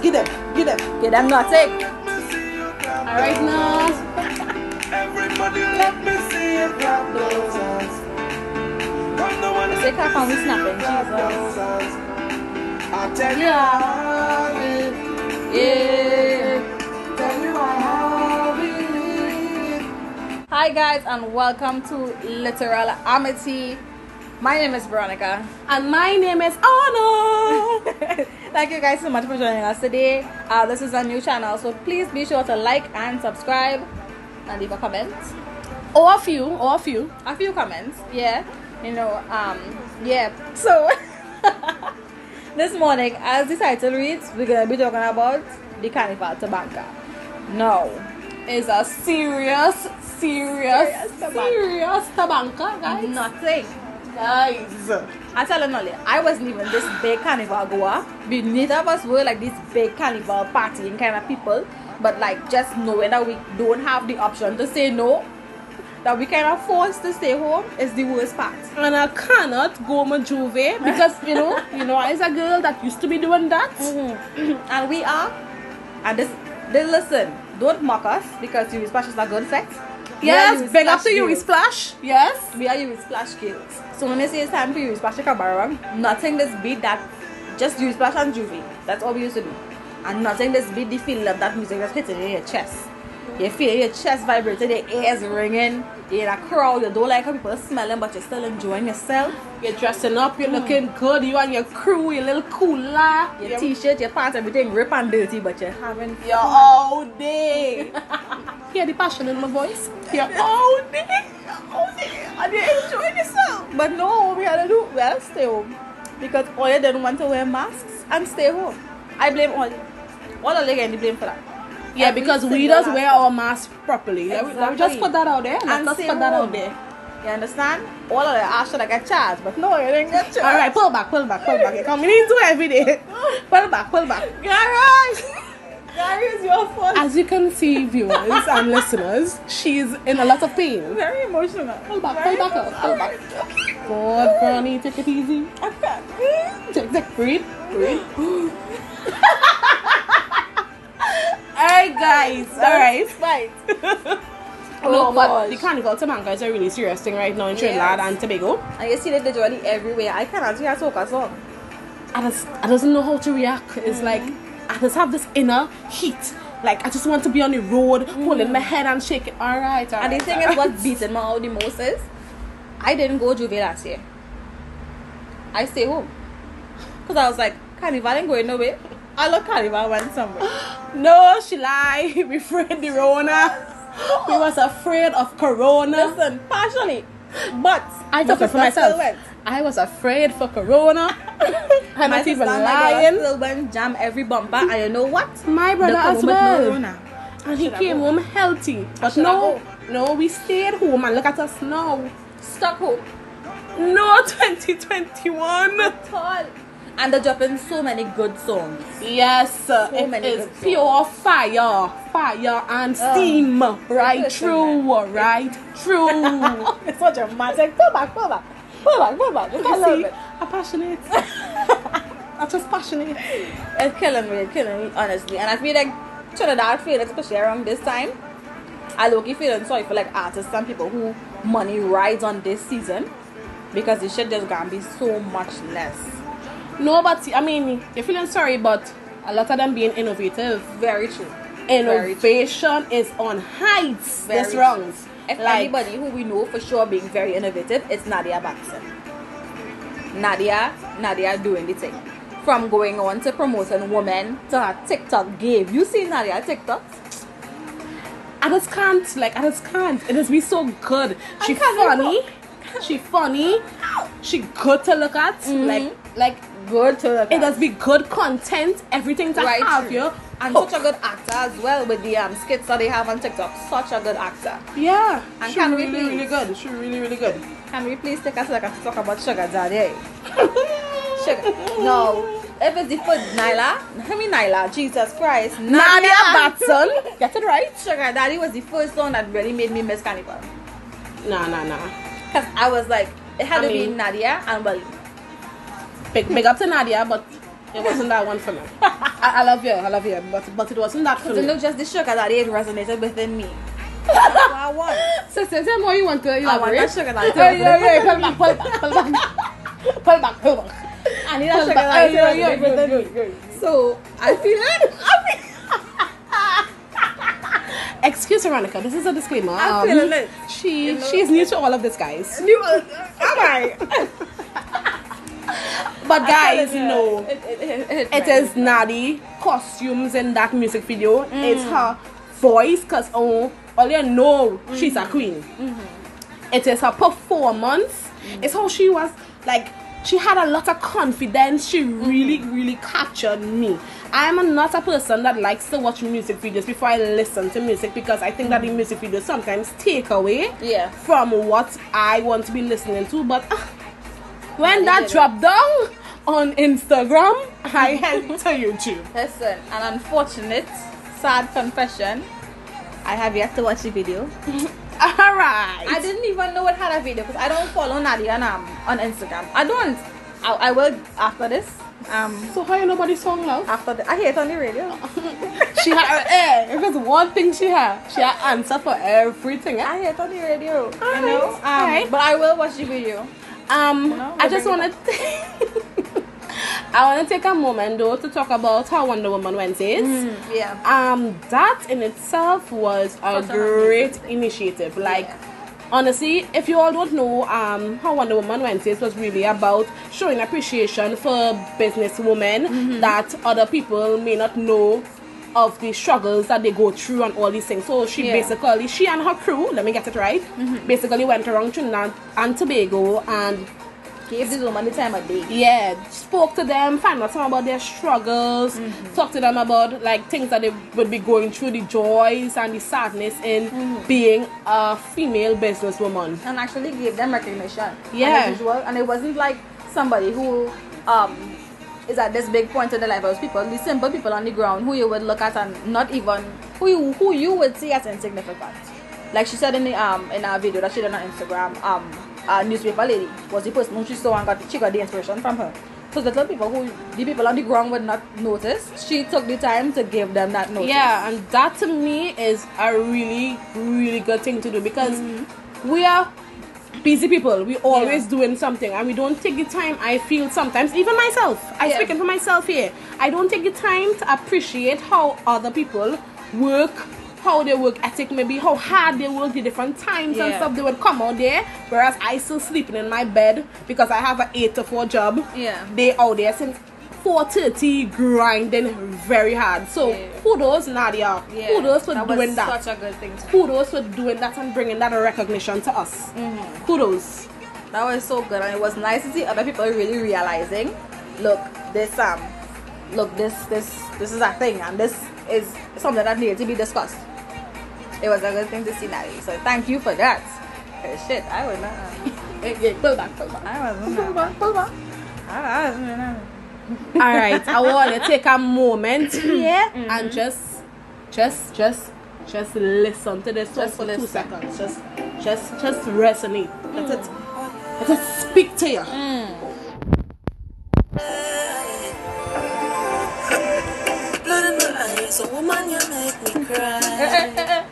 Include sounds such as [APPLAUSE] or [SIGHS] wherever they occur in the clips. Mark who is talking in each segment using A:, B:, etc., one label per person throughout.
A: Give them, give them, give them not take.
B: All right now.
C: Everybody let me see you clap those hands. Come the one
A: They clap and we snapping.
C: clap
A: Jesus.
C: those hands. I tell you
B: Yeah.
C: I live,
A: Yeah.
C: tell you I live.
A: Hi guys and welcome to Literal Amity. My name is Veronica.
B: And my name is Anna.
A: [LAUGHS] Thank you guys so much for joining us today. Uh, this is a new channel, so please be sure to like and subscribe and leave a comment.
B: or a few, or a few.
A: A few comments, yeah. You know, um, yeah. So [LAUGHS] this morning, as the title reads, we're gonna be talking about the carnival to Bangka. No.
B: Is a serious, serious,
A: Serious tabanka.
B: serious tabanka, guys.
A: Nothing.
B: Guys.
A: I tell you, Nolly, I wasn't even this big carnival goer. We neither of us were like these big carnival partying kind of people. But like just knowing that we don't have the option to say no, that we kind of forced to stay home is the worst part.
B: And I cannot go my juve because you know, you know, I is a girl that used to be doing that.
A: Mm-hmm. and we are, and this, this listen, don't mock us because you splash is a good sex. We are
B: Yes,
A: Yuri
B: big up to
A: Splash
B: you,
A: girls.
B: splash. Yes.
A: We are you splash kids. So when they say it's time for you splash kabarang, nothing this beat that just you splash and juvie. That's all we used to do. And nothing this beat the feeling of that music that's hitting in your chest. You feel your chest vibrating, your ears ringing, you're in a crowd, you don't like how people are smelling, but you're still enjoying yourself.
B: You're dressing up, you're looking good, you and your crew, your little cooler,
A: Your t shirt, your pants, everything rip and dirty, but you're having
B: You're all day. Hear the passion in my voice. You're all day.
A: Oh, and you're enjoying yourself. But no, we had to do well, stay home. Because Oya didn't want to wear masks and stay home. I blame Oli. All Oli getting the blame for that.
B: Yeah,
A: Every
B: because we
A: single
B: don't wear
A: aspect.
B: our mask properly. Let me- let me Just
A: Exactly.
B: put that out there. Let
A: and
B: us
A: stay
B: put that out
A: home.
B: there.
A: You understand? All of the I should have got charged, but no, you didn't get charged.
B: All right, pull back, pull back, pull back. You're coming into every day. Pull back, pull back.
A: [LAUGHS] Garage! Gary is your fault.
B: As you can see, viewers and listeners, she's in a lot of pain.
A: very emotional.
B: Pull back,
A: Very
B: pull back up, pull back.
A: emotional.
B: God, Brownie, take it easy.
A: I can't.
B: Take, take, [LAUGHS] breathe, breathe.
A: All right, guys.
B: All right. [LAUGHS]
A: Fight.
B: no,
A: Oh,
B: but the
A: gosh.
B: carnival Tamanka is a really serious thing right now in Trinidad
A: Yes.
B: and Tobago.
A: And you see that they're jolly everywhere. I cannot hear a soca song.
B: I just I doesn't know how to react. It's
A: Mm.
B: like I just have this inner heat. Like I just want to be on the road, holding my head and shaking. All right, all
A: Mm. And the
B: right,
A: thing
B: all
A: is,
B: right.
A: what beating me out the most is, I didn't go Juve last year. I stay home. Because I was like, Carnival ain't going nowhere. I love Carnival went
B: [GASPS]
A: somewhere.
B: [LAUGHS] No, she lied. [LAUGHS] We afraid the Rona. [GASPS] We was afraid of Corona.
A: Listen, partially. But
B: I
A: but
B: took it for
A: sister still
B: myself. [LAUGHS]
A: went.
B: I was afraid for
A: [LAUGHS]
B: Corona. I'm
A: My
B: not
A: sister
B: even
A: and my brother
B: lying.
A: still went jam every bumper. And you know what?
B: My
A: They
B: brother
A: come
B: as
A: home with no
B: well.
A: Rona.
B: And he
A: Should I
B: came
A: go?
B: home healthy. But
A: Should I
B: no,
A: go?
B: no, we stayed home and look at us now.
A: Stuck home.
B: No, [LAUGHS] 2021.
A: Tall. And they're dropping so many good songs.
B: Yes, uh,
A: So
B: it
A: many
B: is
A: good Oh,
B: pure fire, fire and steam. right
A: listen,
B: through,
A: man. [LAUGHS]
B: right through.
A: it's so dramatic. Pull back, pull back. Pull back, pull back.
B: You
A: I love
B: see,
A: it.
B: I'm passionate. I'm just passionate.
A: [LAUGHS] It's killing me, it's killing me, honestly. And I feel like Trinidad feel it, especially around this time. I low key feeling sorry for like artists and people who money rides on this season because the shit just gonna be so much less.
B: No, but I mean, you're feeling sorry, but a lot of them being innovative.
A: Very true. Very true.
B: Innovation is on heights.
A: Very
B: this
A: true.
B: rounds.
A: If
B: Like,
A: anybody who we know for sure being very innovative, it's Nadia Baxter. Nadia, Nadia doing the thing. From going on to promoting women to her TikTok game. You see Nadia TikTok?
B: I just can't. Like, I just can't. It has been so good.
A: I
B: She
A: can't
B: funny. She funny. She good to look at.
A: Mm-hmm.
B: Like, like
A: Good to look
B: It
A: at.
B: does be good content, everything to
A: right Oh,
B: have
A: true.
B: you.
A: and such a good actor as well with the um, skits that they have on TikTok. Such a good actor.
B: Yeah.
A: And
B: she
A: can we
B: really,
A: please-
B: really good. She really, really good. [LAUGHS]
A: Can we please take a second to talk about Sugar Daddy? Sugar. No. If it's the food, Nyla. I mean, Nyla. Jesus Christ.
B: Nadia Batson.
A: Get it right. Sugar Daddy was the first song that really made me miss Carnival.
B: Nah, nah, nah.
A: Because I was like, it had
B: I
A: to be
B: mean-
A: Nadia and well,
B: Big, big up to Nadia, but it wasn't that one for me. I, I love you, I love you, but but it wasn't that
A: Because it
B: fluid.
A: looked just the sugar daddy it resonated within me. That's what I [LAUGHS] want.
B: So, so tell me what you want to
A: I want
B: elaborate.
A: that sugar daddy.
B: Yeah, yeah, yeah, pull back, pull back, pull back, pull back, pull back.
A: I need that
B: Pull
A: sugar
B: back.
A: daddy
B: Yeah,
A: to
B: yeah,
A: resonate
B: yeah,
A: within
B: yeah,
A: me.
B: yeah,
A: So I feel it. I feel
B: yeah. Excuse Veronica, this is a disclaimer.
A: I'm
B: Um,
A: feeling it.
B: She she is new to all of this, guys.
A: You are- am I?
B: But guys,
A: Telling you.
B: no.
A: It, it, it, it,
B: It is Nadi costumes in that music video. It's her voice, cause oh, Olia know she's a queen. It is her performance. It's how she was like. She had a lot of confidence. She really, really captured me. I am not a person that likes to watch music videos before I listen to music because I think that the music videos sometimes take away
A: Yeah.
B: from what I want to be listening to. But ah, when
A: you
B: that
A: did it.
B: dropped down on Instagram, [LAUGHS] I head to YouTube.
A: Listen, an unfortunate, sad confession. I have yet to watch the video.
B: Alright.
A: I didn't even know it had a video because I don't follow Nadia um, on Instagram. I don't. I, I will after this. Um,
B: So how you nobody song love?
A: after the, I hear it on the radio.
B: Ah, she had eh, if it's one thing she had, she had answer for everything. eh?
A: I hear it on the radio.
B: Alright,
A: You know. Um,
B: alright.
A: But I will watch the video.
B: Um,
A: No,
B: I
A: we'll
B: just
A: bring
B: wanna [LAUGHS] I wanna take a moment though to talk about how Wonder Woman Wednesdays.
A: Yeah.
B: Um, that in itself was a
A: Such an
B: great initiative. Like, honestly, if you all don't know, um, how Wonder Woman Wednesdays was really about showing appreciation for businesswomen that other people may not know of the struggles that they go through and all these things. So she
A: Yeah.
B: basically, she and her crew, let me get it right, basically went around Trinidad and Tobago and
A: Give this woman the time of day.
B: yeah spoke to them find out some about their struggles talk to them about like things that they would be going through the joys and the sadness in being a female businesswoman
A: and actually gave them recognition.
B: Yeah.
A: And, as usual, and it wasn't like somebody who um is at this big point in the life of people, the simple people on the ground who you would look at and not even who you who you would see as insignificant. Like she said in the um in our video that she did on Instagram, um a newspaper lady was the person who she saw and got she got the inspiration from her. So the little people who the people on the ground would not notice, she took the time to give them that notice.
B: yeah and that to me is a really really good thing to do because
A: Mm-hmm.
B: we are busy people we always doing something and we don't take the time i feel sometimes even myself i
A: Yeah.
B: speaking for myself here i don't take the time to appreciate how other people work how they work ethic maybe how hard they work the different times and
A: Yeah.
B: stuff they would come out there whereas i still sleeping in my bed because i have an 8 to 4 job
A: Yeah.
B: they out there since 4.30 grinding very hard so
A: Yeah.
B: kudos nadia
A: Yeah.
B: kudos for
A: that
B: doing
A: was
B: that
A: Such a good thing to
B: kudos for doing that and bringing that recognition to us
A: Mm-hmm.
B: kudos
A: That was so good, and it was nice to see other people really realizing, look, this um, look this this this is a thing, and this is something that needed to be discussed. It was a good thing to see, Nadi. So thank you for that. 'Cause Shit, I would not. um, Eh,
B: Hey, hey, pull back, pull back.
A: I [LAUGHS] wasn't. I I wasn't.
B: all right i want to take a moment here
A: Mm-hmm.
B: and just just just just listen to this just for two seconds just just just resonate let it let it speak to you
A: Mm.
D: Blood in my eyes, a woman you make me cry.
A: [LAUGHS]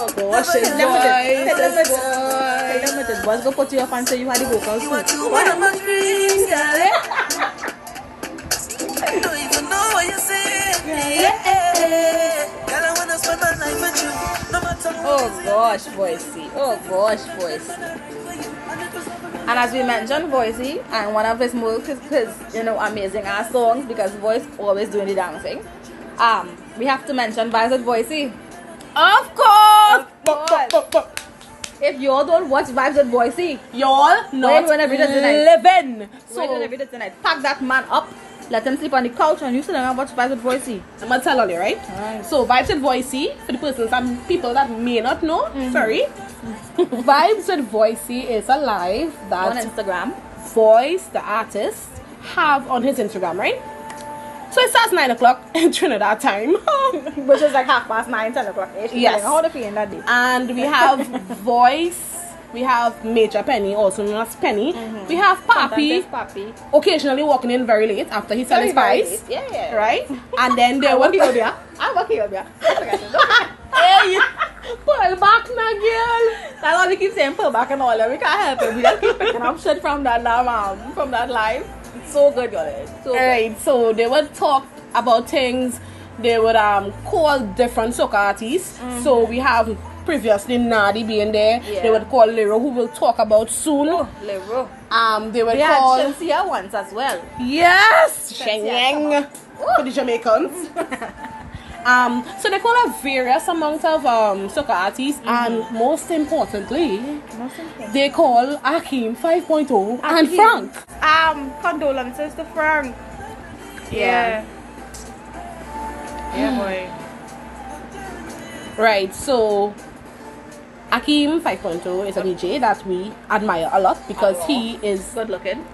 B: oh gosh
A: Limited. Limited. Limited. Boys, go put your pants so you had the vocals.
D: You are
A: too.
D: two one of my dreams, darling. I don't even know what you say. Girl, I wanna spend my life with you. No matter
A: Oh
D: what
A: gosh, Boise. Oh gosh, Boise. And as we mentioned, Voicey and one of his most his, his you know amazing ass songs because Voice always doing the dancing. Um, we have to mention Violet Voicey. Of course, But if y'all don't watch Vibes at Voicey,
B: Y'all not
A: when I read it
B: living.
A: so
B: So
A: we're gonna be there tonight. Pack that man up, let him sleep on the couch, and you sit down and watch Vibes at Voicey.
B: I'm gonna tell on you, right?
A: Alright.
B: So vibes with voicey for the persons and people that may not know. Sorry, Mm-hmm. [LAUGHS] vibes with voicey is a live
A: On
B: that
A: Instagram,
B: voice the artist have on his Instagram, right? So it starts nine o'clock [LAUGHS] in Trinidad time, [LAUGHS]
A: which is like half past nine, ten o'clock.
B: Yes. [LAUGHS]
A: How the feeling that day?
B: and we have voice We have Major Penny, also known as Penny. We have Papi,
A: Papi.
B: occasionally walking in very late after he sells his spice,
A: Yeah, yeah.
B: right? And then [LAUGHS] there was
A: I'm okay with [LAUGHS] that.
B: Hey, pull back now, girl.
A: That's why we keep saying pull back and all that. We can't help it. We just keep picking up shit from that damn album, from that live. It's so good, y'all. It's so
B: All
A: good.
B: right, so they would talk about things. They would um call different soccer artists. So we have previously Nadi being there. They
A: Yeah.
B: would call Lero, who we'll talk about soon.
A: Lero.
B: Um, they would
A: We had
B: call
A: Shensia once as well.
B: yes,
A: Shensia,
B: Shenyang for the Jamaicans. um, so they call a various amount of um soccer artists, and most importantly, they call Akim 5.0 and
A: Akeem.
B: Frank.
A: Um, condolences to Frank.
B: Yeah.
A: Yeah, boy.
B: Right, so Akim 5.0 is a DJ that we admire a lot because he is,
A: Oh, Good looking.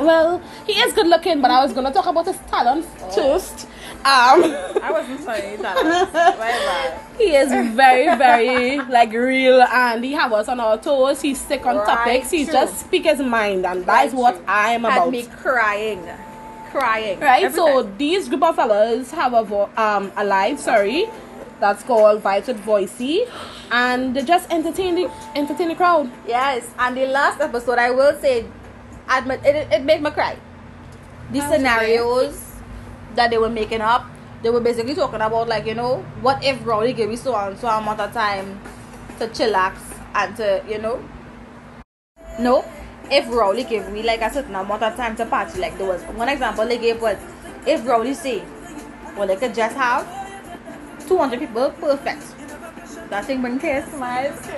B: well, he is good looking, but I was gonna talk about his talent first. Um,
A: Oh. I wasn't sorry, Whatever.
B: [LAUGHS] he is very, very like real and he have us on our toes. He's sick on
A: Right,
B: topics, he
A: true.
B: just speak his mind, and that's
A: Right,
B: what
A: true.
B: I'm
A: Had
B: about.
A: me crying. Crying.
B: right
A: Every
B: so
A: time.
B: these group of fellas have a vo- um a live sorry that's called vibes with voicey and they just entertain the entertain the crowd
A: Yes, and the last episode, I will say, admit it, it made me cry. The
B: How was it?
A: scenarios that they were making up, they were basically talking about like you know, what if Rowley gave you so and so amount of time to chillax and to you know, no, if Rowley gave me like a certain amount of time to party, like there was one example they gave was if Rowley say, well, they could just have two hundred people, perfect. That thing bring tears to my eyes.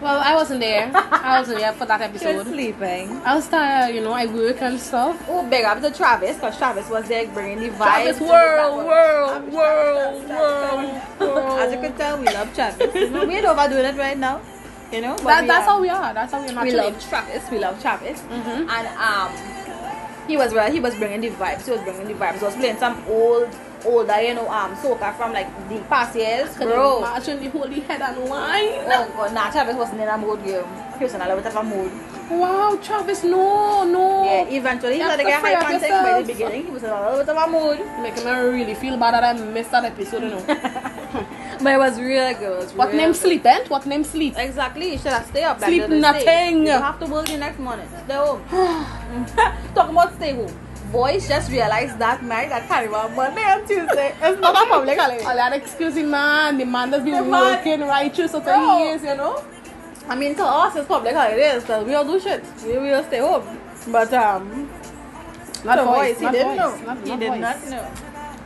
B: well i wasn't there i wasn't there for [LAUGHS] that
A: She was
B: episode
A: sleeping.
B: i was tired you know i work and stuff
A: Oh, big up to Travis because Travis was there bringing the vibe.
B: Travis, world, world,
A: world,
B: world, world.
A: As you can tell, we love Travis. You know, we ain't overdoing it right now. You know, but
B: [LAUGHS] that,
A: we,
B: that's how
A: um,
B: we are that's how we are
A: we
B: naturally
A: love Travis. We love Travis.
B: Mhm.
A: And um, he was well. He was bringing the vibes. He was bringing the vibes. He was playing some old, older, you know, um, soca from like the past years,
B: Can you
A: bro.
B: imagine the holy head and wine
A: Oh God, nah, Travis wasn't in a mood game. He was in a little bit of a mood.
B: wow travis no no
A: Yeah, eventually he
B: You have
A: started
B: to
A: getting
B: free
A: high
B: up
A: context by the
B: yourself.
A: beginning. He was in a little bit of a mood.
B: making me really feel bad that i missed that episode you
A: [LAUGHS]
B: know
A: But it was real good. It was
B: what
A: real
B: name
A: good.
B: sleep eh? what name sleep
A: Exactly. You should have stay up.
B: Sleep
A: like the other day.
B: nothing.
A: You have to work the next morning. Stay home. [LAUGHS]
B: [SIGHS]
A: Talk about stay home. Boys just realized that night that Carnival Monday and
B: [LAUGHS]
A: Tuesday is not a public holiday.
B: Oh, that excusing man, the man that's been
A: The man-
B: working righteous for
A: Bro.
B: 30 years, you know?
A: I mean, to us it's public holidays, so we all do shit. We will stay home. But um,
B: Not
A: the
B: voice,
A: boys, he
B: not
A: didn't
B: voice,
A: know.
B: not-
A: he
B: not
A: did
B: voice.
A: not know.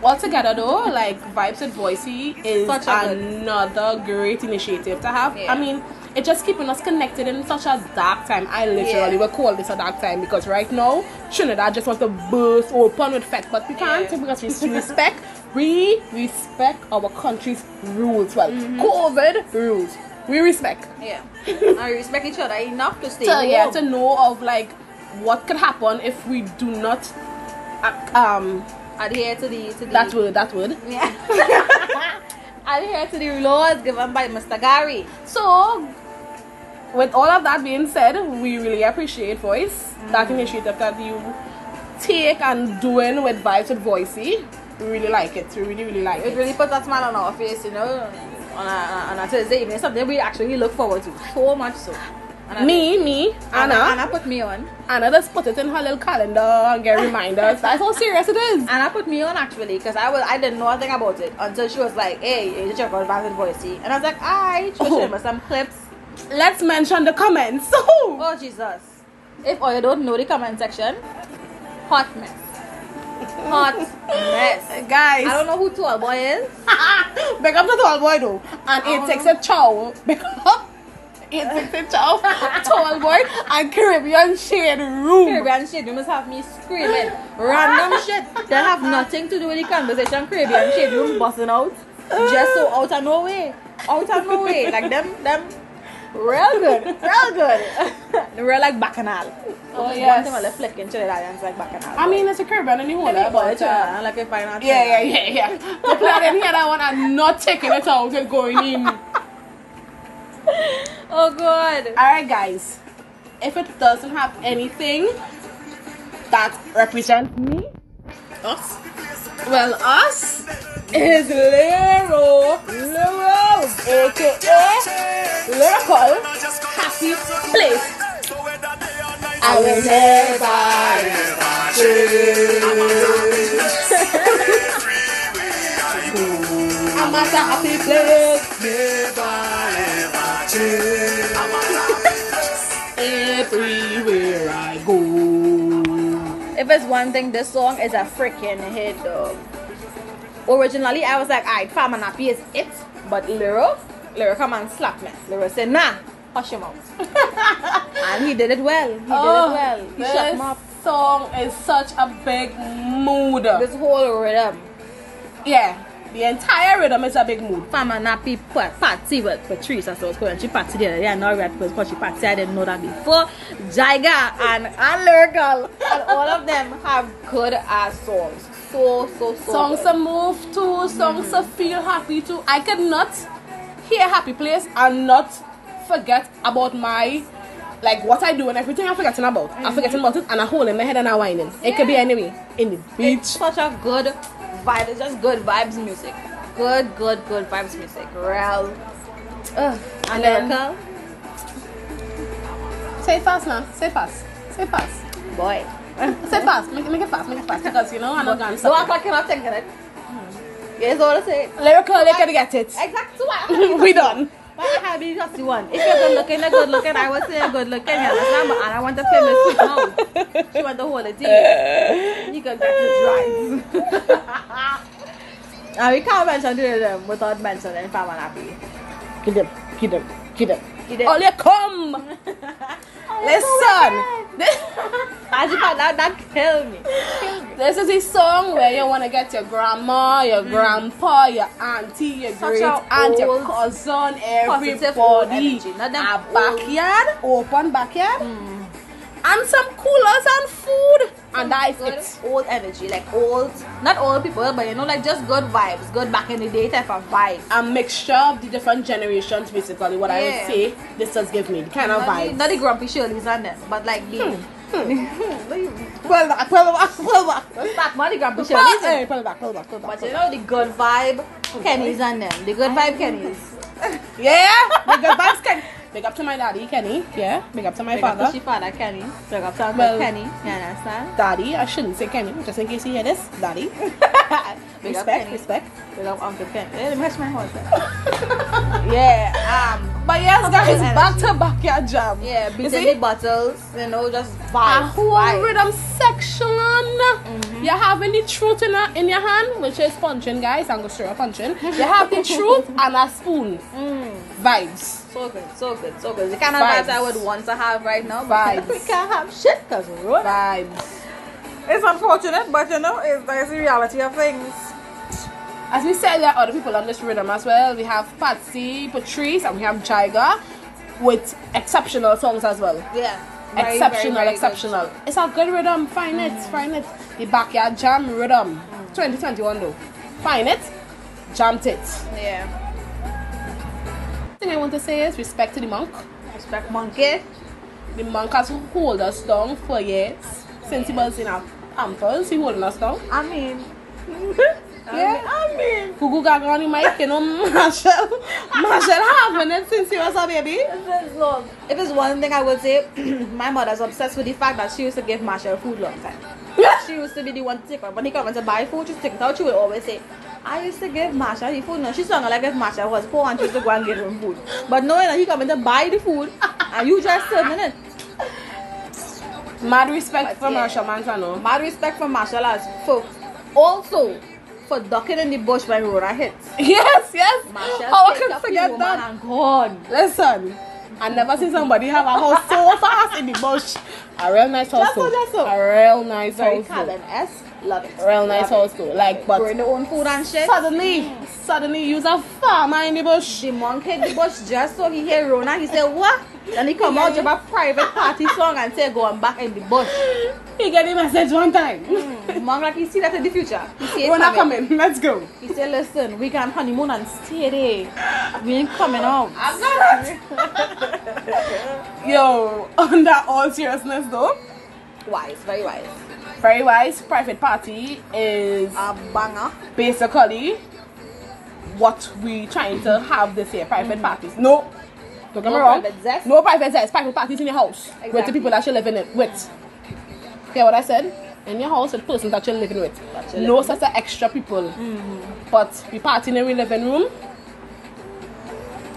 B: Altogether though, like Vibes at Boise is
A: Such a good-
B: another great initiative to have.
A: Yeah.
B: I mean, it's just keeping us connected in such a dark time. I literally
A: Yeah.
B: will call this a dark time because right now, Trinidad just wants to burst open with fat, but we can't
A: Yeah.
B: because [LAUGHS] we respect, we respect our country's rules. Well, COVID rules, we respect.
A: Yeah. [LAUGHS] and we respect each other enough to stay
B: to,
A: home.
B: yeah, to know of like what could happen if we do not uh, um
A: adhere to the to the.
B: that word that word
A: Yeah. [LAUGHS] adhere to the laws given by Mr. Gary.
B: so with all of that being said we really appreciate voice that initiative that you take and doing with vibes with voicey we really like it we really really like
A: It
B: it
A: really puts that smile on our face, you know, on a, on a Thursday evening. Something we actually look forward to so much so. And I-
B: me me
A: Anna, Anna
B: anna
A: put me on.
B: anna just put it in her little calendar and [LAUGHS] get reminders that's how serious it is
A: Anna put me on actually, cause I was I didn't know a thing about it until she was like, "Hey, you check out Vans Voicey," and I was like, "I." She was
B: Oh.
A: showing me some clips.
B: let's mention the comments [LAUGHS]
A: Oh Jesus! If all you don't know the comment section, hot mess,
B: [LAUGHS]
A: hot mess.
B: guys
A: I don't know who tall boy is.
B: Big up to tall boy though. And
A: Oh,
B: it takes
A: no.
B: a chow. [LAUGHS] Big up. It takes a chow. [LAUGHS] tall boy and Caribbean shade room.
A: Caribbean shit, you must have me screaming [LAUGHS] random shit that have nothing to do with the conversation. Caribbean shit, you busting out just so out of nowhere, out of nowhere, like them, them, real good, real [LAUGHS] good, real like bacchanal.
B: Oh,
A: One
B: yes.
A: time I left flicking Trinidad and it's like bacchanal.
B: I mean, it's a Caribbean anyway,
A: Let me call it
B: but uh,
A: Trinidad, like if I not
B: yeah, yeah, yeah, yeah. The plan in here that one and not taking it out and going in.
A: [LAUGHS] Oh God.
B: Alright, guys. If it doesn't have anything that represents me,
A: Us?
B: well, us is Lero Leros, aka Lyrical Happy Place. I will never. I'm at a happy place. Everywhere I go.
A: If it's one thing, this song is a freaking hit, dog. Originally, I was like, alright, Farm and Happy is it. But Lyro, Lyro come and slap me. Lyro said, nah, hush him out. [LAUGHS] and he did it well. He
B: Oh,
A: did it well. He shut him
B: this
A: up.
B: song is such a big mood.
A: This whole rhythm.
B: yeah, the entire rhythm is a big mood.
A: Farm and Happy pa- party with Patrice, as I was calling. She party the other day, and now red because she party. I didn't know that before. Jaiga and, and Lyrical and all of them have good ass songs. So, so, so.
B: songs
A: good.
B: to move to, songs to feel happy to. I cannot hear Happy Place and not forget about my like what I do and everything I'm forgetting about. I'm forgetting about it and I hold in my head and I'm whining. It could be
A: Yeah.
B: anyway. In the beach.
A: such a good vibe. It's just good vibes music. Good, good, good vibes music. Real. Ugh.
B: And then-
A: Lyrical.
B: Say it fast now. Say it fast. Say it [LAUGHS] fast.
A: boy.
B: Say it fast. Make, make it fast. Make it fast. Because you know I'm not gonna
A: So I
B: stop.
A: clock him up thinking it. Hmm. Yes, all I say.
B: Lyrical, they can get it.
A: Exactly
B: [LAUGHS] we done.
A: Why I have you just the one? If you're good looking, you're good looking. I was saying good looking. Yeah, that's number. And I want the famous sweet mouth. She want the whole thing. You can get his
B: [LAUGHS]
A: rights. and Uh, we can't mention two of them without mentioning if I'm unhappy.
B: Get them. Get them. Get them.
A: You did-
B: Only [LAUGHS] come. Listen.
A: As you find out, that killed me.
B: This is a song where you want to get your grandma, your grandpa, your auntie, your
A: Mm-hmm. Such
B: great
A: a
B: aunt, your
A: old,
B: cousin,
A: positive old
B: everybody.
A: energy,
B: A
A: not them old- Mm.
B: backyard, open backyard, and some coolers and food, and that is
A: good
B: it.
A: old energy, like old, not old people, but you know, like just good vibes, good back in the day type of vibe.
B: A mixture of the different generations, basically. What I
A: Yeah.
B: would say, this does give me the kind of
A: Not the,
B: vibe.
A: not the grumpy Shirley's and them, but like the.
B: Hmm. Pull back, pull back, pull back.
A: Let's start with the grumpy Shirley's.
B: Hey,
A: and-
B: Pull back, pull back, pull back.
A: But you know, the good vibe Kenny's and them. The good vibe Kenny's.
B: Yeah, big up, vibes, Kenny. Big up to my daddy, Kenny. Yeah, big up to my
A: Big up to
B: father.
A: she father Kenny. Big up to Uncle
B: Well-
A: Kenny. You understand?
B: Daddy, I shouldn't say Kenny, just in case you hear this. Daddy.
A: [LAUGHS] Big up
B: respect,
A: Kenny.
B: respect.
A: Big up Uncle Kenny. Eh, Let me catch my horse. [LAUGHS]
B: Yeah, um, but yes, guys,
A: energy.
B: back to backyard jam.
A: Yeah,
B: You
A: beating
B: see,
A: the bottles, you know, just
B: a
A: vibe.
B: whole
A: vibe.
B: rhythm section.
A: Mm-hmm.
B: You're having the truth in, a, in your hand, which is punching, guys. I'm gonna show you punching. You have the
A: [LAUGHS]
B: truth and a spoon.
A: Mm.
B: Vibes.
A: So good, so good, so good. The kind of
B: Vibes.
A: vibes I would want to have right now, but
B: Vibes.
A: [SIGHS] we [LAUGHS] can't have shit because we're
B: Vibes.
A: It's unfortunate, [LAUGHS] but you know, it's that's the reality of things.
B: As we said, there are other people on this rhythm as well. We have Patsy, Patrice, and we have Jaiga with exceptional songs as well.
A: Yeah. Very,
B: exceptional,
A: very, Mm. very
B: exceptional. It's a good rhythm. Find it, find it. The backyard jam rhythm.
A: Mm.
B: 2021 though. Find it, jammed it.
A: good. Yeah.
B: thing I want to say is respect to the monk.
A: Respect monkey.
B: The monk has hold us down for years since he was in our pampers. He holding us down.
A: I mean.
B: Yeah.
A: I mean.
B: Gugu Gaga on the mic, you know, Marshall. Marshall having it since he was a baby.
A: This is love. If it's one thing I would say, [CLEARS THROAT] my mother's obsessed with the fact that she used to give Marshall food long
B: [LAUGHS]
A: time. she used to be the one to take her. When he come and to buy food, she take it out. She would always say, I used to give Marshall the food. No, she sounded like if Marshall was poor and she used to go and give him food. But knowing that he coming to buy the food [LAUGHS] and you just serving it.
B: Mad respect
A: But
B: for
A: yeah.
B: Marshall Manson.
A: Mad respect for Marshall as for also for ducking in the bush when Rora hits.
B: Yes, yes.
A: Marshall
B: How I
A: picked
B: can
A: up the
B: forget
A: woman
B: that.
A: and gone.
B: Listen, I never seen somebody have a house so fast in the bush. A real nice house,
A: Just so,
B: though.
A: just so.
B: A real nice
A: Very
B: house,
A: Calvin
B: though.
A: S. Love it.
B: Real nice
A: Love
B: house,
A: it.
B: though. Like, but
A: Growing their own food and shit.
B: suddenly, suddenly, you's a farmer in the bush.
A: The monk hit the bush just so he hear Rona. He said, What? And he come out of a private party song and say go and back in the [LAUGHS] bush.
B: He get the message one time.
A: Man, like he see that in the future. He see it
B: We're not
A: coming.
B: coming. Let's go.
A: He said, listen, we can honeymoon and stay there. We ain't coming out.
B: I'm not. Yo, [LAUGHS] under all seriousness though,
A: Wise, very wise.
B: very wise. Private party is
A: A banger.
B: basically what we trying to have this year. Private parties. No. Don't
A: Mm-hmm.
B: get
A: No
B: me wrong.
A: private zest.
B: No private zest. Private parties in your house with the
A: Exactly.
B: people that you're living it with. Hear what I said? In your house with the person that you're living with.
A: That you're
B: No
A: living Mm-hmm.
B: such extra people. But we party in the living room.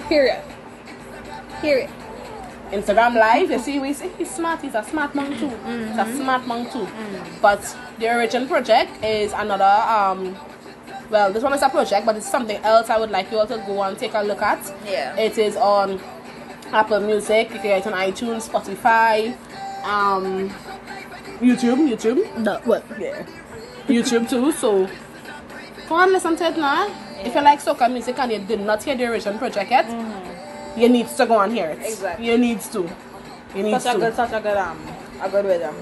A: Period. Period.
B: Instagram live, you see, we see he's smart, he's a smart man too. He's a smart man too. But the Origin Project is another, um, well, this one is a project, but it's something else I would like you all to go and take a look at.
A: Yeah.
B: It is on Apple Music, you can get it on iTunes, Spotify, um, YouTube, YouTube. No, what? Yeah. YouTube too, so go and listen to it now. If you like soccer music and you did not hear the Origin Project yet, you need to go and hear it.
A: Exactly.
B: You need to. You need
A: Such a
B: to.
A: good, such a good, um, a good rhythm.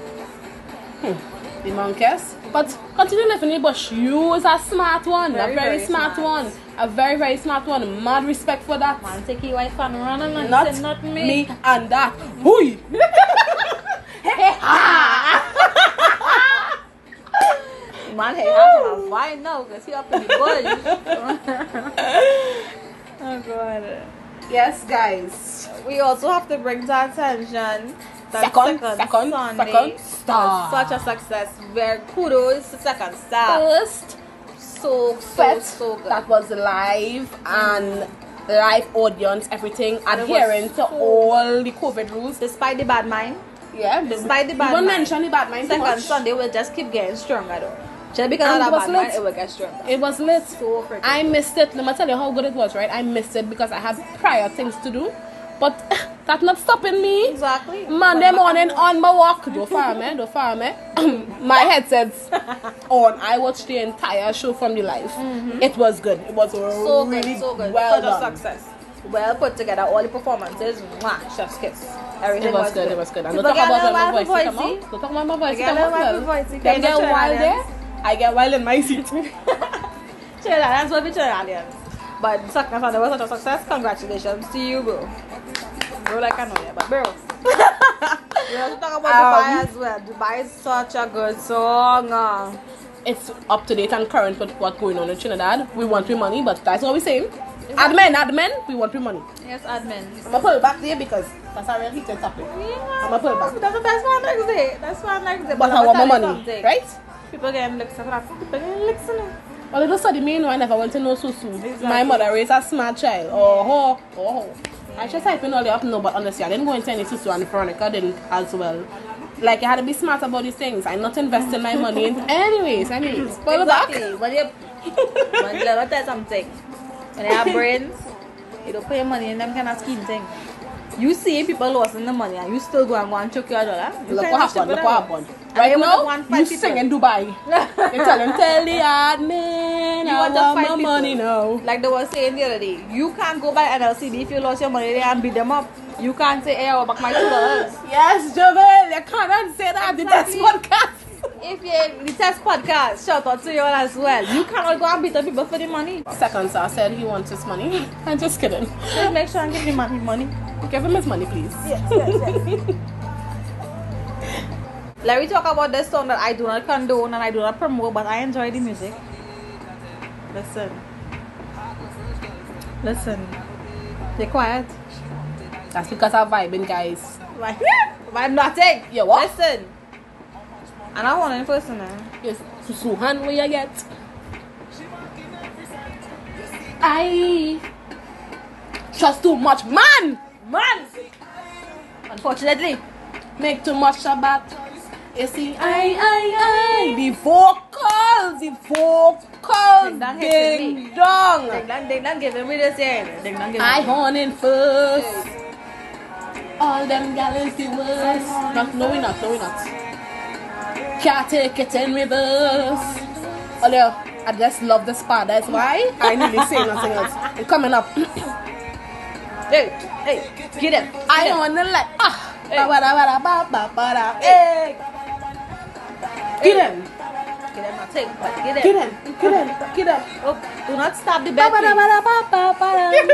B: The monkeys. But continue living in the bush. You is a smart one.
A: Very,
B: a very,
A: very
B: smart,
A: smart.
B: one. A very, very smart one. Mad respect for that.
A: Man, take your wife and run and
B: Not,
A: say, not me.
B: me. and that. Hui! Hey, ha!
A: Man, hey, I'm gonna buy now because he up in the [LAUGHS] bush. oh God.
B: yes, guys.
A: We also have to bring to attention that
B: Second, second, second star.
A: was such a success. Very kudos to second star.
B: First
A: So so
B: set
A: so good.
B: that was live and live audience, everything,
A: it was
B: adhering to
A: so
B: all the COVID rules.
A: Despite the bad mind,
B: Yeah,
A: Despite the bad
B: Don't
A: mind.
B: mention the bad mind. too
A: second
B: much.
A: Sunday will just keep getting stronger though. Just because
B: And
A: of
B: it was
A: that bad mind,
B: lit.
A: it will get stronger.
B: It was lit.
A: so freaking.
B: I missed it. Let me tell you how good it was, right? I missed it because I had prior things to do. But [LAUGHS] that not stopping me.
A: exactly.
B: Monday morning on my walk. Do farm, eh? Do farm, eh? [COUGHS] my headsets on. I watched the entire show from the live. It was good. It was
A: so
B: really
A: good, so good.
B: well
A: Such a
B: done.
A: success. Well put together, all the performances, mwah, chef's kiss. Everything
B: It was good, it was good. And
A: People
B: don't talk
A: get a
B: about when my
A: little
B: voice
A: wild [LAUGHS]
B: come
A: voicey.
B: out. Don't talk about my voice
A: They get
B: come
A: a
B: out.
A: little
B: well.
A: wild voicey.
B: Them
A: They
B: get
A: get
B: wild eh? there.
A: Trinidadians.
B: I get wild in my seat. [LAUGHS]
A: Trinidadians will be Trinidadians. But success and it was such a success. Congratulations to you, bro. Bro, like I know you, but [LAUGHS] bro. we also talk about
B: Um,
A: Dubai as well. Dubai is such a good song. uh.
B: it's up to date and current with what's going on in Trinidad. We want your money, but that's what we're saying. Admin, admin, we want your money.
A: Yes, admin.
B: I'm gonna pull it back there because that's a real heated topic. I'ma put it back.
A: That's, that's one next day. That's one next day.
B: But I
A: I'ma
B: want my
A: tell you
B: money,
A: something.
B: right?
A: People getting licks and that. People getting licks and that.
B: Well, little study me, you know, I never want to know so soon.
A: Exactly.
B: My mother raised a smart child. Oh, ho, oh, ho. I just typing all the up, no, but honestly, I didn't go into any susu and Veronica didn't as well. Like, I had to be smart about these things. I'm not investing my money in. Anyways, anyways, pull it back.
A: exactly. When you when you let tell something, when [LAUGHS] you have brains, you don't put your money in them kind of scheme thing. You see people losing the money and you still go and go and choke your dollar. You
B: Look
A: can't
B: what
A: do shit with
B: happened.
A: that.
B: Look what happened.
A: And
B: Right
A: they wanna
B: now,
A: go and fight
B: you
A: people.
B: sing
A: [LAUGHS]
B: in Dubai. you tell them, tell the admin,
A: You
B: I
A: want to fight
B: want my
A: people.
B: money now.
A: Like they were saying the other day, you can't go by NLCB if you lost your money there and beat them up. You can't say, hey, I will back my two dollars.
B: Yes, Jovel, you cannot say that. The test
A: Exactly.
B: podcast.
A: [COUGHS] If you're the test podcast, shout out to you all as well. You cannot go and beat up people for the money.
B: Second sir said he wants his money. [LAUGHS] I'm just kidding.
A: Just make sure and give the man his money.
B: Give him his money, please.
A: Yes, yes, Let me talk about this song that I do not condone and I do not promote, but I enjoy the music. Listen. Listen. Stay quiet.
B: That's because I'm vibing, guys.
A: Why? Why I'm nothing?
B: You what?
A: [LAUGHS] Listen. And I want any person now.
B: Yes, Suhan, where you get? I trust too much, man.
A: Man! Unfortunately.
B: Make too much Shabbat. You see, I, I, I. The vocals, the vocals,
A: Ding dong,
B: ding dong.
A: They don't, they don't give me this here. They don't give
B: I
A: me
B: horn in first. All them gallons the worst. Not no we not, no we not. Can't take it in reverse. Oh yeah, I just love this part. That's why I nearly say nothing else. Coming up.
A: hey, hey, get him.
B: I want to like ah. Ba ba da ba da ba ba ba da.
A: Hey,
B: Get him.
A: get him, not take, but get him.
B: Get him. Get him. Get him.
A: Oh, do not stop the
B: Ba
A: bed.
B: ba da ba da ba ba ba da.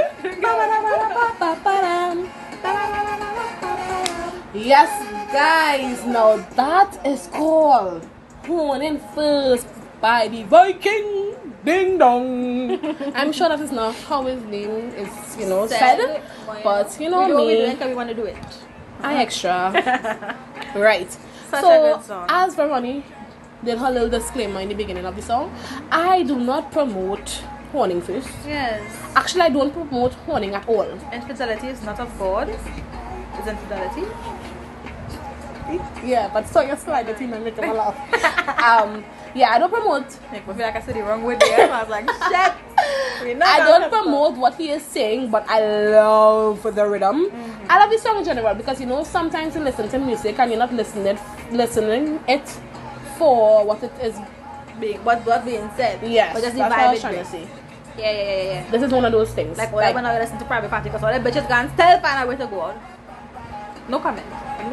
B: Ba ba da ba da ba ba ba da. Yes, guys. Now that is called honing first by the Viking. Ding dong. I'm sure that is not how his name is, you know, said, but you know
A: we do what
B: me.
A: we doing 'cause we want to do it.
B: I
A: [LAUGHS]
B: extra. right.
A: Such
B: so,
A: a good song.
B: as Veroni did her little disclaimer in the beginning of the song, I do not promote horning fish.
A: Yes.
B: Actually, I don't promote horning at all.
A: Infidelity is not of God. It's infidelity.
B: Yeah, but so you're slide the team and make
A: [LAUGHS]
B: them laugh. um, yeah, I don't promote.
A: Like, I feel like I said the wrong word there. I was like, [LAUGHS] shit. We're not
B: I
A: gonna-
B: don't promote what he is saying, but I love the rhythm.
A: Mm-hmm.
B: I love the song in general because you know sometimes you listen to music and you're not listening listening it for what it is.
A: Being, what what being said.
B: Yes,
A: But just the
B: that's what I
A: vibe
B: was
A: it
B: trying to
A: brings.
B: say.
A: Yeah, yeah, yeah, yeah.
B: This is one of those things.
A: Like, all like, when I listen to private party, because all the bitches gone still find out where to go on. No comment.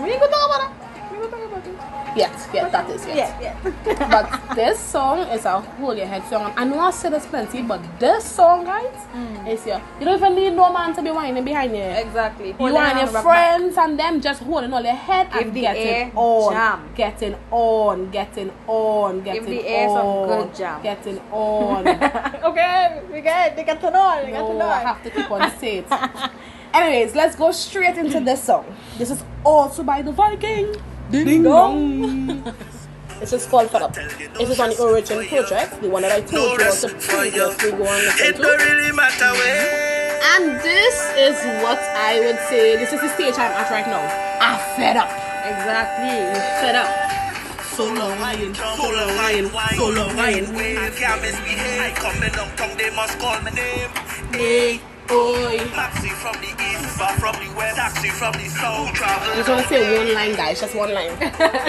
A: We ain't gonna talk about that. We ain't gonna talk about it.
B: Yes, yes, that is yes.
A: Yeah, [LAUGHS] yeah.
B: But this song is a hold your head song. I know I said this plenty, but this song, guys,
A: Mm.
B: is your. You don't even need no man to be whining behind you.
A: Exactly.
B: You and your friends and them just holding all their head
A: Give
B: and
A: the air
B: getting on,
A: jam.
B: getting on, getting on, getting
A: the air some
B: on,
A: good jam.
B: getting on.
A: okay, we get. They get to know. They
B: no, I have to keep [LAUGHS] on saying. it. Anyways, let's go straight into this song. This is also by the Viking. Ding, dong. [LAUGHS] This is called Fed Up. This is on the origin project, the one that I told you was the previously go and listen
C: It don't
B: to.
C: really matter where.
B: And this is what I would say. This is the stage I'm at right now. I'm fed up.
A: Exactly.
B: Fed up.
C: Solo wine, solo wine, solo wine. I can't misbehave. I come in long tongue, they must call my name. Hey.
B: Oi.
C: Taxi from the east, bar from the west, taxi from the south.
B: I
C: Travel
B: just want to say one line, guys. Just one line.
A: [LAUGHS]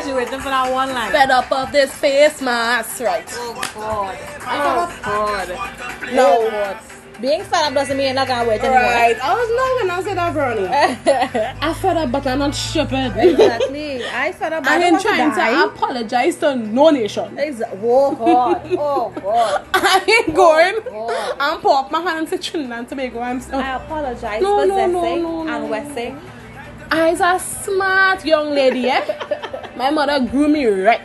A: she waiting for that one line.
B: fed up of this face mask. Right.
A: Oh God.
B: Oh,
A: God.
B: No.
A: Being fed up doesn't mean you're not gonna wait anymore.
B: Right. I was not when I said that, Ronnie.
A: [LAUGHS]
B: I fed up, but I'm not stupid.
A: exactly. I fed up.
B: I ain't trying to apologize to no nation.
A: Exactly. Oh God. Oh God.
B: [LAUGHS] I ain't going.
A: God.
B: I'm pop my hand and say Trinidad and Tobago. I'm so.
A: I apologize
B: No,
A: for
B: no,
A: Zessing
B: no, no, no.
A: and Wessing.
B: I's a smart young
A: [LAUGHS]
B: lady, eh? my mother grew me right.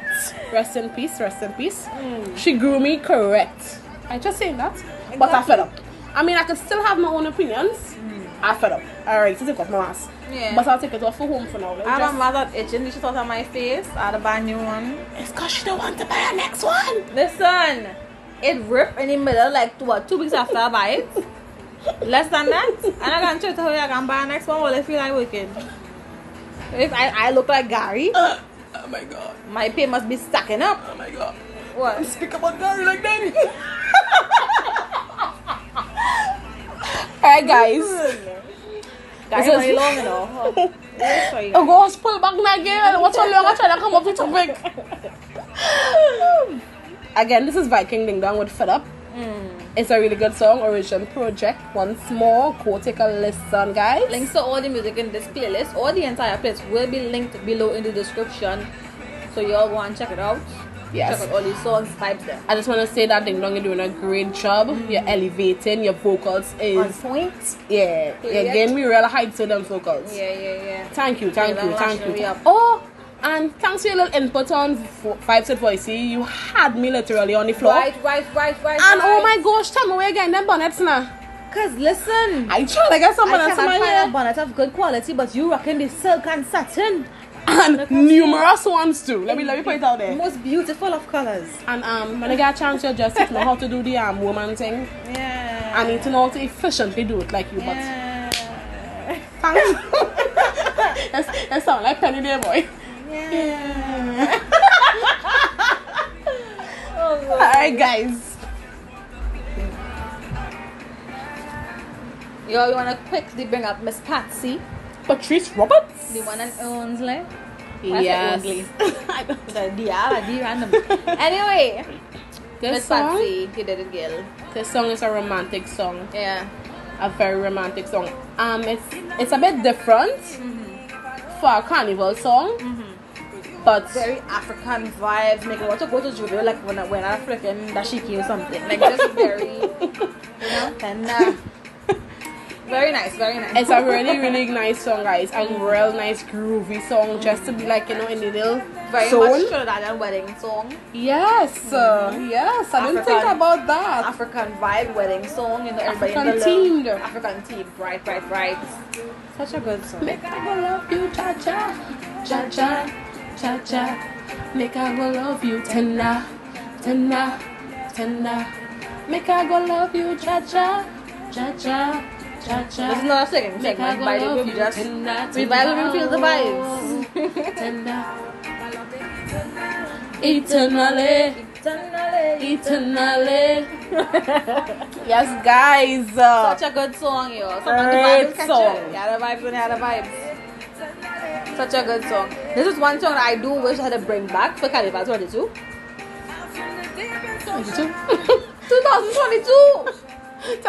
B: Rest in peace, rest in peace.
A: Mm.
B: She grew me correct. I just saying that. But I fed up. I mean, I could still have my own opinions. I fed up. Alright, so take off my mask.
A: Mm. Yeah.
B: But I'll take it off for home for now. Let's
A: I don't
B: just-
A: matter itching. She thought on my face. I'd buy a new one.
B: It's cause she don't want to buy a next one.
A: Listen, it ripped in the middle like two, what, two weeks after I buy it. Less than that. And I can try to her I can buy a next one while I feel like working. If I, I look like Gary,
B: Oh my god.
A: my pay must be stacking up.
B: Oh my god.
A: What?
B: Speak about Gary like that. Alright guys.
A: Gary
B: This is-
A: money long
B: [LAUGHS]
A: enough. Oh, wait for you.
B: Oh gosh, pull back
A: [LAUGHS]
B: my girl. What's so long? I'm trying to come up with topic. Again, this is Viking Ding Dong with Fed Up.
A: Hmm.
B: It's a really good song, Origin Project. Once more, go take a listen, guys.
A: Links to all the music in this playlist or the entire playlist will be linked below in the description. So y'all go and check it out.
B: Yes.
A: Check out all the songs, vibes there.
B: I just want to say that Ding Dong, you're doing a great job.
A: Hmm.
B: You're elevating your vocals.
A: On
B: Is
A: point.
B: yeah, you're
A: Period.
B: getting me real hype to them vocals.
A: Yeah, yeah, yeah.
B: Thank you, thank
A: Yeah,
B: you,
A: that
B: thank
A: lashing me
B: you.
A: up.
B: Oh, and thanks for your little input on Vo- Five Set Voicey. You had me literally on the floor.
A: Right, right, right, right.
B: And oh
A: right.
B: my gosh, tell me where you're getting them bonnets now.
A: Cause listen,
B: I try to get someone
A: I
B: else
A: cannot
B: in my
A: find a
B: hair.
A: bonnet of good quality, but you rocking the silk and satin.
B: And numerous ones too. Let me let me put it out there.
A: Most beautiful of colors.
B: And um when I get a chance to just know how to do the um woman thing.
A: Yeah.
B: I need to know how to efficiently do it like you
A: yeah.
B: but thanks. [LAUGHS] that's, that sound like Penny Day boy. [LAUGHS]
A: yeah. oh, Lord.
B: Alright guys.
A: Yo, you wanna quickly bring up Miss Patsy,
B: Patrice Roberts.
A: the one and only.
B: Yes.
A: I don't know. The R, the random. Anyway,
B: This
A: Miss
B: song
A: Patsy, you did it, girl.
B: this song is a romantic song.
A: Yeah.
B: a very romantic song. Um, it's it's a bit different for a carnival song, but
A: Mm-hmm. very African vibes, make me want to go to Juve like when I when I flipping dashiki or something. Like just very [LAUGHS] you know and uh, very nice, very nice.
B: it's a
A: [LAUGHS]
B: really really nice song, guys. A real nice groovy song, just to be like you know in the little
A: very much
B: soul.
A: Trinidadian wedding song.
B: Yes, uh, yes. I didn't think
A: African-
B: about that.
A: African vibe wedding song, you know, everybody in
B: African
A: the love.
B: themed.
A: African team, bright, bright, bright. Such a good song.
B: Make I go love you, cha cha, cha cha, cha cha. Make I go love you, tender, tender, tender. Make I go love you, cha cha, cha cha, cha
A: There's
B: cha.
A: not a second
B: Make I
A: segment
B: go
A: by the
B: love
A: group,
B: you,
A: you just
B: tender,
A: we vibe and we feel the
B: tender.
A: vibes. [LAUGHS]
B: Tender, eternally, eternally. Yes, guys. Uh,
A: Such a good song, yo.
B: Great
A: Sometimes the vibes catch
B: song.
A: you. Yeah, the vibes when you had the vibes. Such a good song. This is one song that I do wish I had to bring back for Carnival 22. [LAUGHS] 2022!
B: 2022.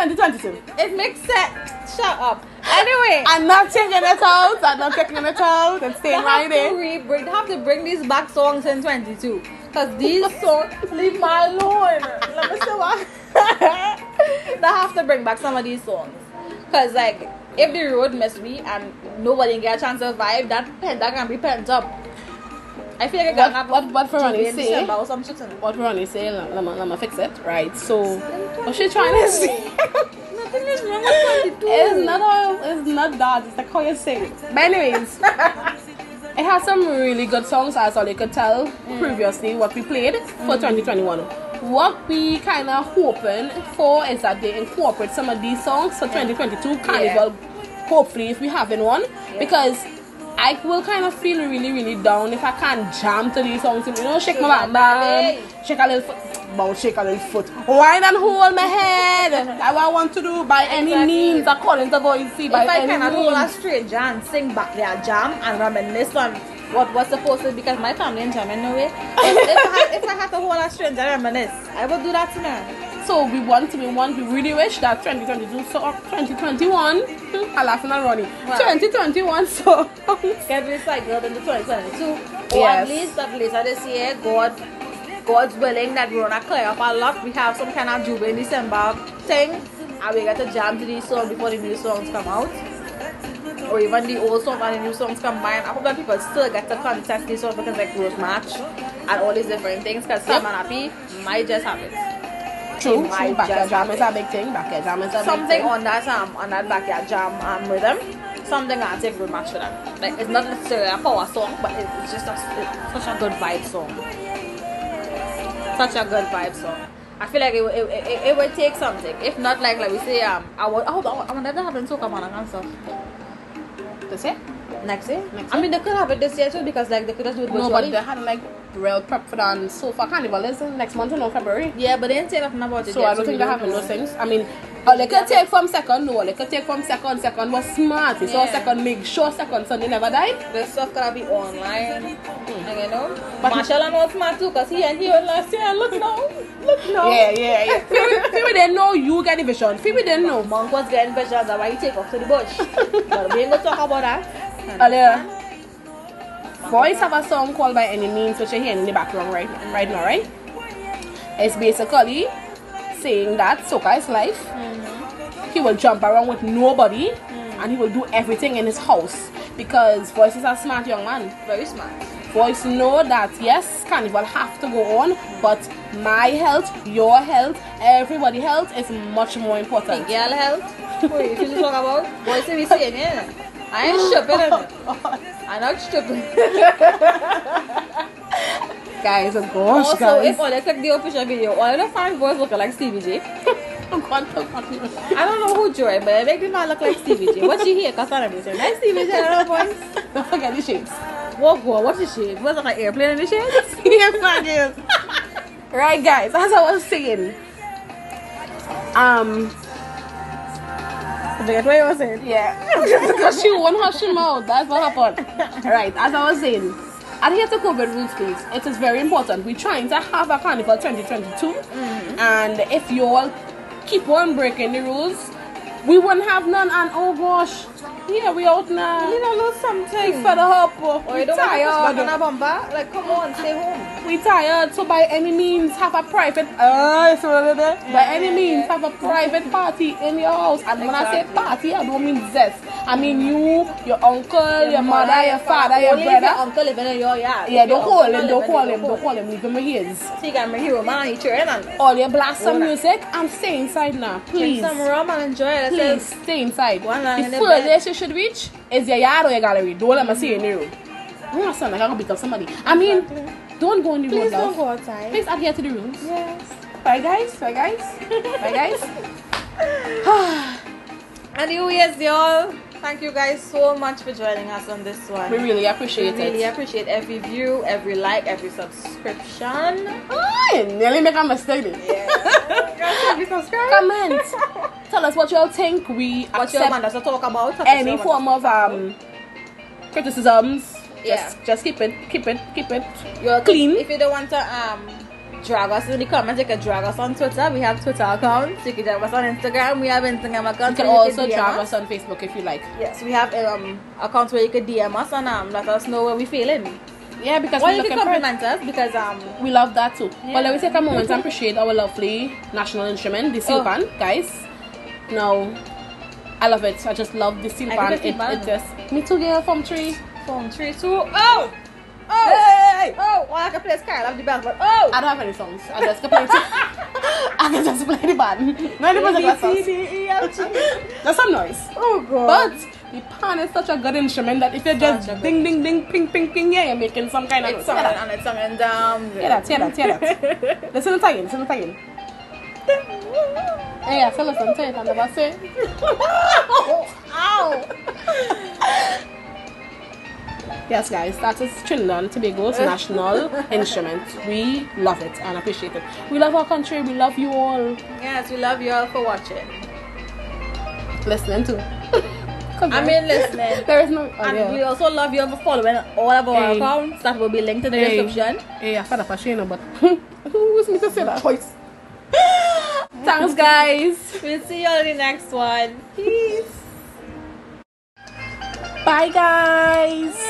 A: It makes sense. Shut up. Anyway.
B: I'm not checking it out. I'm not checking it out. I'm
A: They
B: staying right
A: have, to
B: there.
A: re- bring, they have to bring these back songs in 22 because [LAUGHS] these songs leave my alone let me see what [LAUGHS] they have to bring back some of these songs because like if the road mess me and nobody get a chance to vibe that pen that can be pent up I feel like I
B: What-
A: can have
B: what- what for Ronnie say?
A: about some [LAUGHS] shit in-
B: What Ronnie say? Let me, let me fix it. Right. So, what she trying to say?
A: nothing is wrong with 22
B: It's not how, it's not that. It's like how you say it. But anyways, it has some really good songs as all you could tell previously what we played for 2021. What we kind of hoping for is that they incorporate some of these songs for 2022 Carnival. Hopefully, if we having one, because. I will kind of feel really, really down if I can't jam to these songs. You know, shake my back, down, shake a little foot, bow, shake a little foot, wind and hold my head. That what I want to do by any
A: Exactly.
B: means, according to go and see
A: if
B: by
A: I
B: any
A: cannot
B: means.
A: hold a stranger and sing back their jam and reminisce on what was supposed to because my family in Germany no way. [LAUGHS] If, if, I had, if I had to hold a stranger and reminisce, I would do that to me.
B: So we want to be one. We really wish that 2022, so 2021, hmm, I'm laughing at Ronnie.
A: Wow.
B: 2021, [LAUGHS] so
A: Get recycled into 2022. Or
B: Yes.
A: Oh, at least that later this year, God God's willing that we're gonna clear up a lot. We have some kind of jubilee in December thing and we get to jam to these songs before the new songs come out. Or even the old songs and the new songs combined. I hope that people still get to contest these songs because like those match and all these different things because some are happy might just have it.
B: true.
A: might
B: true. Backyard
A: just-
B: jam is a big thing. Backyard jam is a big
A: something
B: thing.
A: on that um on that backyard jam um rhythm. Something that I take good match to that. Like it's not necessarily a power song, but it- it's just a, it's such a good vibe song. Such a good vibe song. I feel like it, would- it, it, it would take something. If not, like like we say, um, I would. Oh, I would- I would never happen to come on and stuff.
B: That's it.
A: Next eh? year.
B: Next
A: I mean, they could have it this year too because like they could just do it
B: No,
A: virtually.
B: but they had like real prep for that. And so for carnival is next month, no February.
A: yeah, but they didn't say nothing about it.
B: So
A: yet,
B: I don't
A: we
B: think they have
A: know.
B: those things. I mean, all they could take from second, no, all they could take from second. Second was smart. It's all
A: Yeah.
B: second. Make sure second Sunday never died.
A: The stuff gotta be online. And you know, but Marshall and not smart too, cause he and he was last year. Look now, look now.
B: Yeah, yeah, [LAUGHS] yeah. people, people didn't know you get the vision. People didn't know.
A: Monk was getting pressure. That's why he take off to the
B: [LAUGHS]
A: bush. but we ain't gonna talk about that.
B: Earlier, boys have a song called By Any Means, which you're hearing in the background right, right now, right? It's basically saying that Soka is life.
A: Mm-hmm.
B: He will jump around with nobody
A: Mm.
B: and he will do everything in his house because Voice is a smart young man.
A: Very smart.
B: Voice know that yes, carnival have to go on, but my health, your health, everybody health is much more
A: The
B: important.
A: girl
B: [LAUGHS]
A: health. Wait, you feel talk about? Boys say we see it, yeah. I ain't stupid.
B: [LAUGHS] Oh,
A: innit? I'm not stupid.
B: Guys, oh gosh,
A: also,
B: guys.
A: if all they took the official video, all the five boys look like Stevie J. I don't know who joined, but it make the man look like Stevie J. What you hear? Cause I'm saying, nice Stevie J. I don't know, boys.
B: Don't forget the shapes.
A: What girl? What's the shade? Was it like airplane in the shade?
B: right, guys. As I was saying, um,
A: That's what you were saying.
B: yeah, [LAUGHS] because she won't hush her mouth. That's what happened. Right, as I was saying, adhere to COVID rules, please. It is very important. We're trying to have a
A: Mm-hmm.
B: carnival 2022, and if you all keep on breaking the rules. We wouldn't have none, and oh gosh, yeah, we out now.
A: Need a little something.
B: Fed up, oh,
A: Or
B: we
A: you don't want to push back on
B: tired,
A: a bumper? Like, come on, stay home.
B: we tired. So by any means, have a private. Uh, it's over there. by any means, have a private party in your house. And when I say
A: Exactly.
B: party, I don't mean zest. I mean you, your uncle, your, mother, your father, your
A: Only if
B: brother.
A: your uncle living in your yard.
B: Yeah,
A: If your
B: don't call
A: uncle
B: him,
A: living
B: don't
A: in
B: call
A: your
B: him, don't
A: home.
B: call him, leave him his.
A: So you can bring him man, eat your head and
B: Or they blast some
A: Hold on.
B: music, I'm stay inside now,
A: drink
B: please.
A: some rum and enjoy it.
B: Please
A: yourself.
B: stay inside.
A: One line in
B: The
A: the
B: furthest
A: bed.
B: you should reach is your yard or your gallery. Don't let me see you in the room. You know, sound like I can beat up somebody. I mean, don't go in the room.
A: Please
B: love.
A: don't go outside.
B: Please adhere to the rules.
A: Yes.
B: Bye, guys. Bye, guys. Bye, guys.
A: Anyways, y'all, thank you guys so much for joining us on this one.
B: [LAUGHS] We really
A: We
B: appreciate
A: really
B: it.
A: appreciate every view, every like, every subscription.
B: I nearly make a mistake. there.
A: Every subscribe.
B: Comment.
A: [LAUGHS]
B: Tell us what y'all think. We
A: What you
B: accept
A: want us to talk about?
B: any form of um criticisms.
A: Yeah.
B: Just, just keep it, keep it, keep it.
A: You're
B: clean.
A: If you don't want to um drag us in the comments, you can drag us on Twitter. We have Twitter accounts. You can drag us on Instagram. We have Instagram
B: You
A: accounts.
B: can
A: where
B: also
A: DM
B: drag us on Facebook if you like.
A: Yes, we have um accounts where you can DM us and um let us know where we feeling.
B: Yeah, because
A: Or
B: we're
A: you can
B: looking for it.
A: compliment us because um
B: We love that too. But
A: Yeah.
B: let me take a moment and appreciate our lovely national instrument, the
A: Oh.
B: simpan, guys. Now, I love it. I just love the simpan.
A: the
B: It, it
A: simpan.
B: just me too, girl from tree.
A: from three two oh oh
B: Hey!
A: oh well I can play Sky I love the band but oh
B: I don't have any songs. I just can
A: [LAUGHS]
B: play. It. [LAUGHS] I can just play the band. Not even like
A: A,
B: that
A: B,
B: songs.
A: C, D, E, F, G.
B: That's some noise.
A: Oh god.
B: But the pan is such a good instrument that if you're just
A: Such a good-
B: ding ding ding ping ping ping, yeah, you're making some kind of
A: it's
B: sound.
A: sung and it's sung and um
B: Hear that, hear that, hear that.
A: [LAUGHS]
B: Listen to it, listen to it. Hey, I tell us on tape and never say.
A: Ow!
B: Yes, guys, that is Trinidad and Tobago's national
A: [LAUGHS]
B: instrument. We love it and appreciate it. We love our country. We love you all
A: Yes, we love you all for watching.
B: listening to. [LAUGHS]
A: I mean, listening.
B: There is no. Oh,
A: and
B: yeah.
A: we also love you all for following all of our
B: Hey.
A: accounts that will be linked in the
B: Hey.
A: description.
B: Hey, I felt a fashion, but [LAUGHS] who was me to say that
A: [LAUGHS]
B: voice? Thanks, guys.
A: We'll see you all in the next one. Peace.
B: Bye, guys.